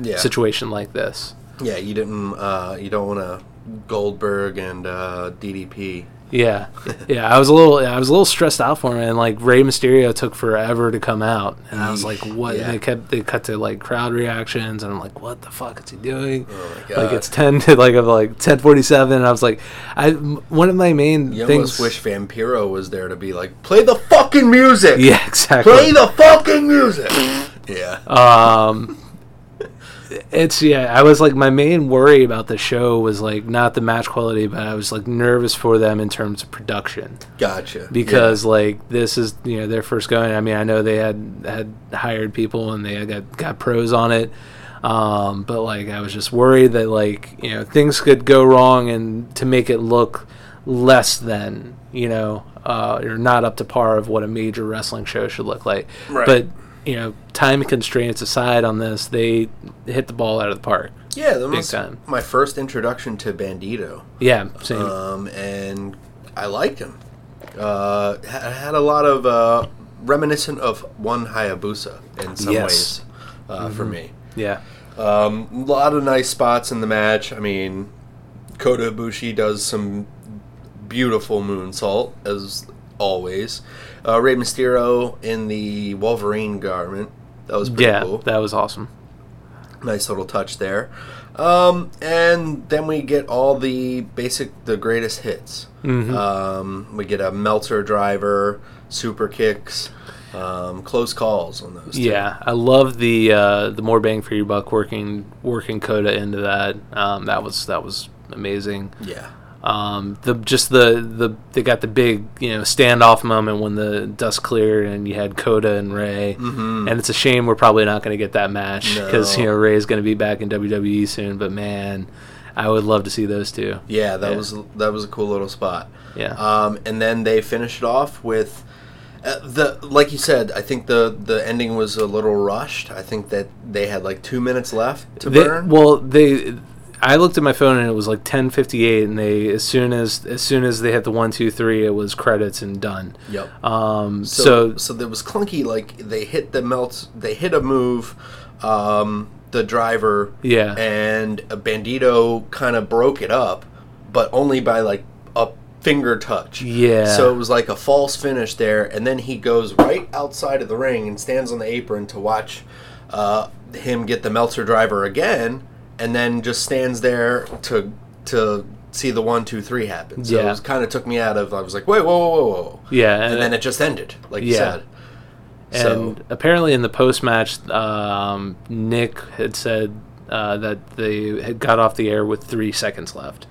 S1: yeah.
S2: situation like this.
S1: yeah, you didn't. Uh, you don't want to Goldberg and uh, DDP.
S2: Yeah, yeah. I was a little, I was a little stressed out for him, and like Rey Mysterio took forever to come out, and I was like, "What?"
S1: Yeah.
S2: And they kept, they cut to like crowd reactions, and I'm like, "What the fuck is he doing?"
S1: Oh my
S2: Like
S1: God.
S2: it's ten to like of like ten forty seven, and I was like, "I." m- One of my main
S1: You
S2: things.
S1: almost wish Vampiro was there to be like, play the fucking music.
S2: yeah, exactly.
S1: Play the fucking music. yeah.
S2: Uh, It's yeah. I was like, my main worry about the show was like not the match quality, but I was like nervous for them in terms of production.
S1: gotcha.
S2: because like this is you know their first going. I mean, I know they had had hired people and they had got got pros on it, um, but like I was just worried that like you know things could go wrong and to make it look less than you know uh, or not up to par of what a major wrestling show should look like.
S1: Right.
S2: But you know, time constraints aside on this, they hit the ball out of the park.
S1: yeah, yeah that was
S2: time.
S1: my first introduction to Bandito.
S2: Yeah, same.
S1: um, and I liked him. Uh, ha- had a lot of uh, reminiscent of one Hayabusa in some
S2: Yes. Mm-hmm.
S1: ways uh, for me.
S2: yeah.
S1: Um, a lot of nice spots in the match. I mean, Kota Ibushi does some beautiful moonsault as always. Uh, Rey Mysterio in the Wolverine garment. That was pretty
S2: Yeah,
S1: cool
S2: that was awesome.
S1: nice little touch there. Um, and then we get all the basic, the greatest hits.
S2: Mm-hmm.
S1: Um, we get a Meltzer driver, super kicks, um, close calls on those. two.
S2: Yeah, I love the uh, the more bang for your buck working working Coda into that. Um, that was that was amazing.
S1: yeah,
S2: Um, the just the the they got the big you know standoff moment when the dust cleared and you had Coda and Ray. Mm-hmm. And it's a shame we're probably not going to get that match because
S1: No.
S2: you know Ray's going to be back in WWE soon. But man, I would love to see those two.
S1: yeah. That
S2: Yeah.
S1: was that was a cool little spot.
S2: Yeah.
S1: Um, and then they finish it off with. Uh, the like you said, I think the the ending was a little rushed. I think that they had like two minutes left to
S2: They-
S1: burn.
S2: Well, they. I looked at my phone and it was like ten fifty eight, and they as soon as as soon as they hit the one two three, it was credits and done.
S1: yep.
S2: Um.
S1: So,
S2: So,
S1: so there was clunky. Like they hit the melt, they hit a move, um, the driver,
S2: Yeah.
S1: and a Bandito kind of broke it up, but only by like a finger touch.
S2: Yeah.
S1: So it was like a false finish there, and then he goes right outside of the ring and stands on the apron to watch uh, him get the Meltzer driver again, and then just stands there to to see the one two three happen. So
S2: Yeah.
S1: it kind of took me out of. I was like, wait, whoa, whoa, whoa, whoa.
S2: Yeah,
S1: And,
S2: and-
S1: then it just ended, like you
S2: Yeah.
S1: said.
S2: and apparently in the post match, um, Nick had said uh, that they had got off the air with three seconds left.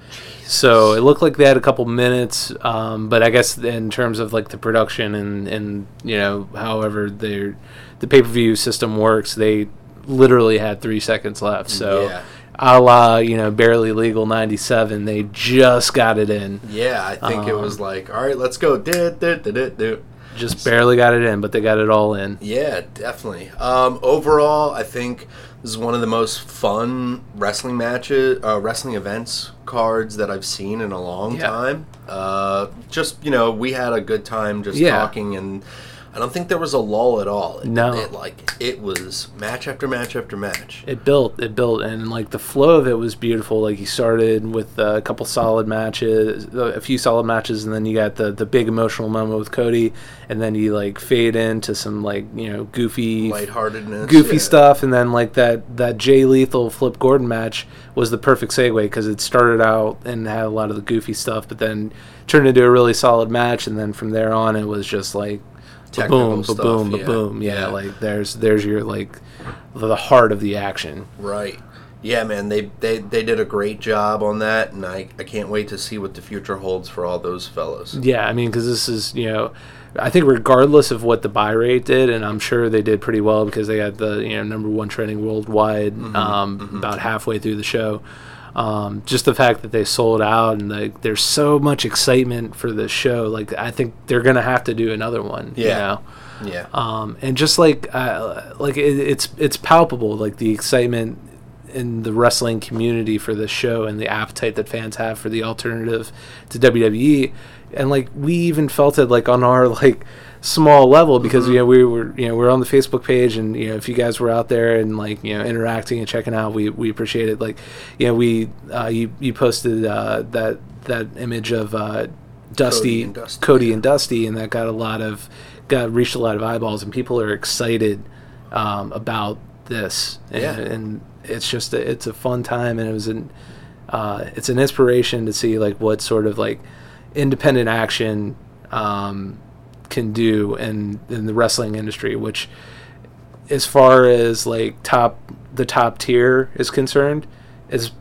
S2: So it looked like they had a couple minutes, um, but I guess in terms of like the production and and you know however their the pay per view system works, they literally had three seconds left. So.
S1: Yeah.
S2: A la, you know, barely legal 97, they just got it in.
S1: yeah, I think it was like, all right, let's go. Duh, duh, duh, duh, duh.
S2: Just barely got it in, but they got it all in.
S1: Yeah, definitely. Um, overall, I think this is one of the most fun wrestling matches, uh, wrestling events cards that I've seen in a long
S2: Yeah.
S1: time. Uh, just you know, we had a good time just
S2: Yeah.
S1: talking, and I don't think there was a lull at all. It-
S2: No.
S1: it, like it was match after match after match.
S2: It built, it built, and like the flow of it was beautiful. Like you started with uh, a couple solid matches, a few solid matches, and then you got the the big emotional moment with Cody, and then you like fade into some like you know goofy,
S1: Lightheartedness,
S2: goofy
S1: yeah.
S2: stuff, and then like that that Jay Lethal Flip Gordon match was the perfect segue because it started out and had a lot of the goofy stuff, but then turned into a really solid match, and then from there on it was just like.
S1: Technical
S2: Boom,
S1: stuff,
S2: boom,
S1: yeah.
S2: boom! Yeah,
S1: Yeah.
S2: like there's there's your like the heart of the action.
S1: Right. Yeah, man, they, they they did a great job on that, and I, I can't wait to see what the future holds for all those fellows.
S2: Yeah, I mean, because this is you know, I think regardless of what the buy rate did, and I'm sure they did pretty well because they got the you know number one trending worldwide um, about halfway through the show. Um, just the fact that they sold out and like there's so much excitement for this show, like I think they're gonna have to do another one.
S1: Yeah.
S2: You know?
S1: Yeah.
S2: um, and just like uh, like it, it's it's palpable like the excitement in the wrestling community for this show and the appetite that fans have for the alternative to WWE and like we even felt it like on our like small level because you know we were you know we are on the Facebook page and you know if you guys were out there and like you know interacting and checking out we we appreciate it like you know we uh, you you posted uh, that that image of uh, Dusty Cody
S1: and
S2: and
S1: Dusty,
S2: Dusty, and that got a lot of got reached a lot of eyeballs and people are excited um, about this and,
S1: Yeah.
S2: and it's just a, it's a fun time and it was an uh, it's an inspiration to see like what sort of like independent action um, can do in in the wrestling industry which as far as like top the top tier is concerned is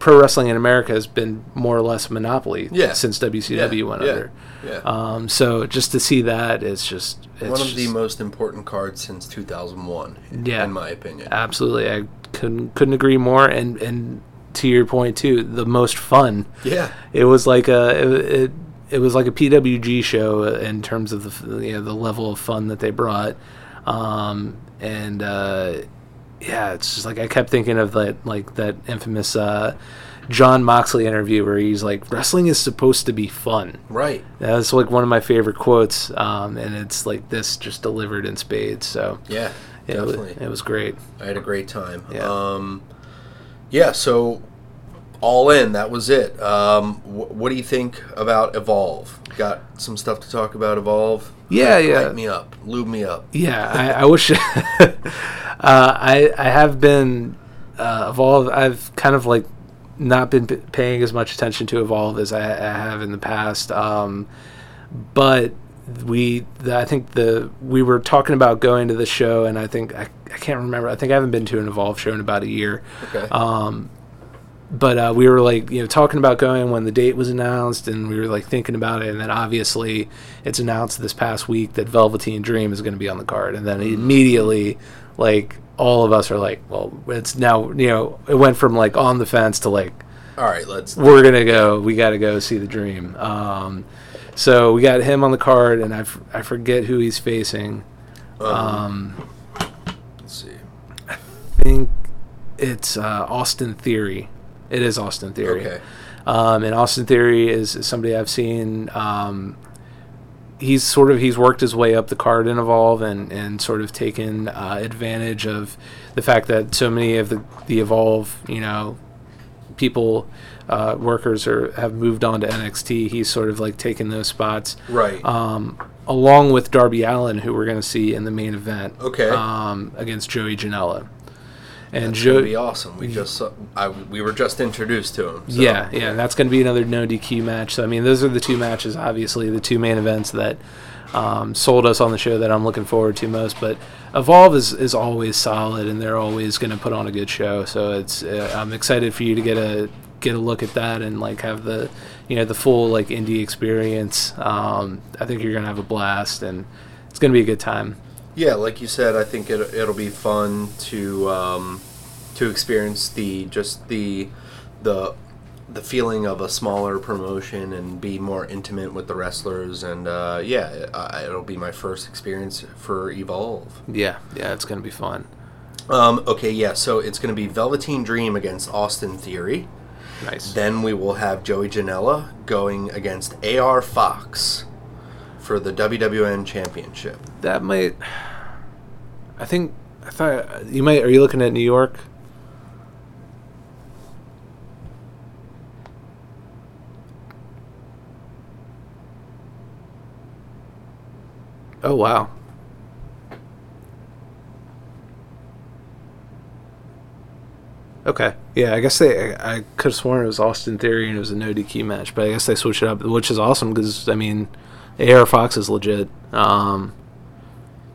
S2: pro wrestling in America has been more or less a monopoly
S1: Yeah.
S2: since
S1: yeah.
S2: WCW went
S1: yeah.
S2: under.
S1: Yeah.
S2: Um, so just to see that is just it's
S1: One of the
S2: just-
S1: most important cards since 2001,
S2: Yeah. Uh,
S1: in my opinion.
S2: absolutely I couldn't couldn't agree more and and to your point too the most fun
S1: Yeah.
S2: it was like a it, it, it was like a PWG show in terms of the f- you know, the level of fun that they brought, um, and uh, yeah, it's just like I kept thinking of that like that infamous uh, John Moxley interview where he's like wrestling is supposed to be fun.
S1: Right.
S2: That's like one of my favorite quotes, um, and it's like this just delivered in spades. So
S1: Yeah.
S2: it, wa-
S1: definitely.
S2: it was great.
S1: I had a great time.
S2: Yeah.
S1: Um, yeah. So, all in, that was it. Um, wh- what do you think about Evolve? Got some stuff to talk about Evolve.
S2: Yeah,
S1: Light-
S2: yeah.
S1: Light me up. Lube me up.
S2: Yeah, I, I wish. uh, I I have been uh, evolve. I've kind of like not been p- paying as much attention to evolve as I, I have in the past. Um, but we, the, I think the we were talking about going to the show, and I think I, I can't remember. I think I haven't been to an evolve show in about a year
S1: Okay.
S2: uh, but uh, we were like you know talking about going when the date was announced and we were like thinking about it and then obviously it's announced this past week that velveteen dream is going to be on the card and then immediately like all of us are like well it's now you know it went from like on the fence to like
S1: all right. Let's.
S2: we're gonna go we gotta go see the dream um, so we got him on the card and I f- I forget who he's facing
S1: Let's see.
S2: i think it's uh, austin theory it is austin theory
S1: Okay.
S2: Um, and Austin Theory is, is somebody I've seen. Um, he's sort of he's worked his way up the card in Evolve and and sort of taken uh, advantage of the fact that so many of the the Evolve you know people uh, workers are have moved on to NXT. He's sort of like taken those spots
S1: Right.
S2: um, along with Darby Allen, who we're going to see in the main event.
S1: Okay.
S2: Um, against Joey Janela. And
S1: It's gonna
S2: Joey.
S1: be awesome. We just saw, I, we were just introduced to him. So.
S2: Yeah, yeah, and that's going to be another no DQ match. So I mean, those are the two matches, obviously, the two main events that um, sold us on the show that I'm looking forward to most. But Evolve is, is always solid, and they're always going to put on a good show. So it's uh, I'm excited for you to get a get a look at that and like have the you know the full like indie experience. Um, I think you're going to have a blast, and it's going to be a good time.
S1: Yeah, like you said, I think it, it'll be fun to um, to experience the just the the the feeling of a smaller promotion and be more intimate with the wrestlers. And uh, yeah, I, it'll be my first experience for Evolve.
S2: Yeah, yeah, it's going to be fun.
S1: Um, okay, yeah, so it's going to be Velveteen Dream against Austin Theory.
S2: Nice.
S1: Then we will have Joey Janela going against AR Fox for the WWN Championship.
S2: That might. I think. I thought you might. Are you looking at New York? Oh wow. Okay. Yeah, I guess they. I, I could have sworn it was Austin Theory and it was a no DQ match, but I guess they switched it up, which is awesome because I mean, AR Fox is legit. Um,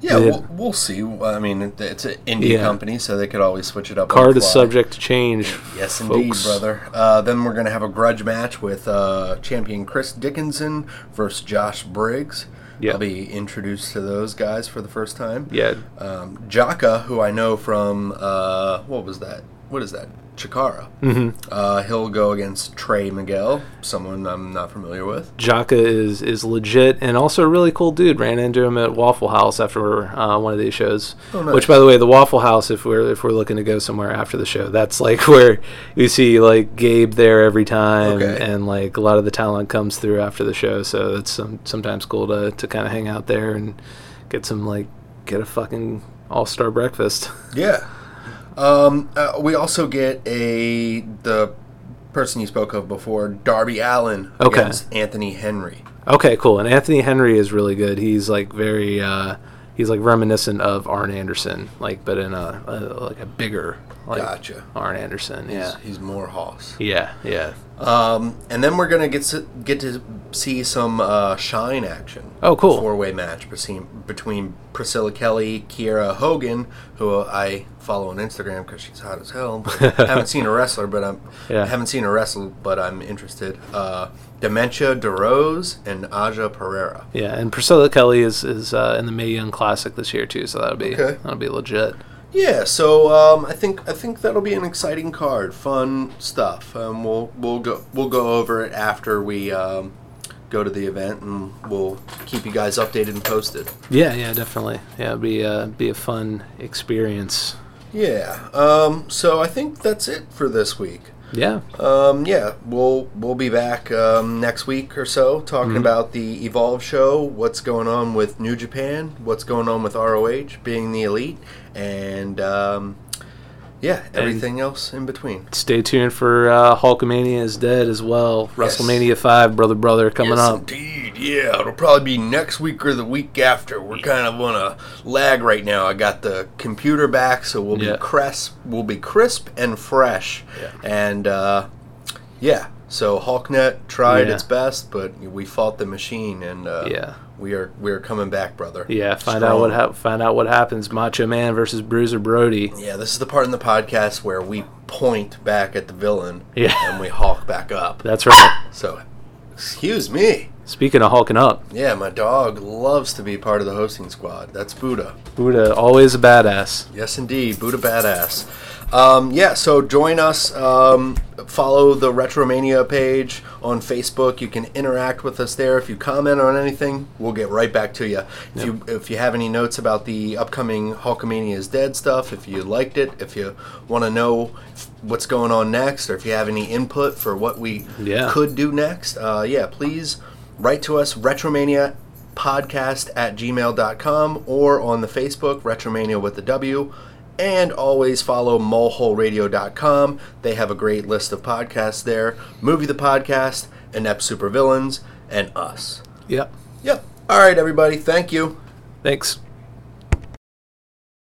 S1: Yeah,
S2: Yeah.
S1: We'll, we'll see. I mean, it- it's an indie
S2: Yeah.
S1: company, so they could always switch it up. on
S2: card
S1: the
S2: is
S1: fly.
S2: subject to change.
S1: Yes, indeed,
S2: folks.
S1: brother. Uh, then we're going to have a grudge match with uh, champion Chris Dickinson versus Josh Briggs.
S2: Yeah.
S1: I'll be introduced to those guys for the first time.
S2: Yeah,
S1: Um, Jaka, who I know from, uh, what was that? What is that? Chikara.
S2: Mm-hmm.
S1: Uh, he'll go against Trey Miguel, someone I'm not familiar with.
S2: Jaka is is legit and also a really cool dude. Ran into him at Waffle House after uh, one of these shows.
S1: Oh, nice.
S2: Which, by the way, the Waffle House, if we're if we're looking to go somewhere after the show, that's like where you see like Gabe there every time,
S1: Okay.
S2: and like a lot of the talent comes through after the show. So it's some, sometimes cool to to kind of hang out there and get some like get a fucking all star breakfast.
S1: Yeah. Um, uh, we also get a the person you spoke of before, Darby Allen
S2: Okay.
S1: against Anthony Henry.
S2: Okay, cool. And Anthony Henry is really good. He's like very uh he's like reminiscent of Arn Anderson, like but in a, a like a bigger like
S1: Gotcha.
S2: Arn Anderson.
S1: He's-
S2: Yeah.
S1: He's more Hoss.
S2: Yeah, yeah.
S1: Um, and then we're gonna get to, get to see some uh, shine action.
S2: Oh, cool.
S1: Four way match between between Priscilla Kelly, Kiera Hogan, who I follow on Instagram because she's hot as hell. But haven't seen her wrestler, but I'm
S2: Yeah.
S1: haven't seen her wrestle, but I'm interested. Uh, Dementia DeRose and Aja Pereira.
S2: Yeah, and Priscilla Kelly is is uh, in the Mae Young Classic this year too, so that'll be
S1: Okay.
S2: that'll be legit.
S1: Yeah, so um, I think I think that'll be an exciting card, fun stuff. Um, we'll we'll go we'll go over it after we um, go to the event, and we'll keep you guys updated and posted.
S2: Yeah, yeah, definitely. Yeah, it'll be uh, be a fun experience.
S1: Yeah. Um, so I think that's it for this week.
S2: Yeah.
S1: Um, yeah, we'll we'll be back um, next week or so talking about the Evolve show, what's going on with New Japan, what's going on with ROH being the elite, and um, yeah, everything else in between.
S2: Stay tuned for uh, Hulkamania is dead as well.
S1: Yes.
S2: WrestleMania five, brother, brother, coming
S1: Yes,
S2: up.
S1: Indeed, yeah. It'll probably be next week or the week after. We're kind of on a lag right now. I got the computer back, so we'll
S2: Yeah.
S1: be crisp. We'll be crisp and fresh. And uh, yeah, so Hawknet tried
S2: Yeah.
S1: its best, but we fought the machine, and uh,
S2: Yeah.
S1: we are we are coming back, brother.
S2: Yeah, find out
S1: Strong.
S2: what hap find out what happens. Macho Man versus Bruiser Brody.
S1: Yeah, this is the part in the podcast where we point back at the villain,
S2: Yeah.
S1: and we hawk back up.
S2: That's right.
S1: So, excuse me.
S2: Speaking of hulking up,
S1: Yeah, my dog loves to be part of the hosting squad. That's Buddha.
S2: Buddha always a badass.
S1: Yes, indeed, Buddha badass. Um, yeah, so join us. Um, follow the Retromania page on Facebook. You can interact with us there. If you comment on anything, we'll get right back to you. If you if you have any notes about the upcoming Hulkamania is Dead stuff, if you liked it, if you want to know what's going on next, or if you have any input for what we
S2: Yeah.
S1: could do next, uh, yeah, please write to us Retromania podcast at gmail.com or on the Facebook Retromania with the W. And always follow moleholeradio.com. They have a great list of podcasts there Movie the Podcast, Inept Supervillains, and us.
S2: Yep.
S1: Yep. All right, everybody. Thank you.
S2: Thanks.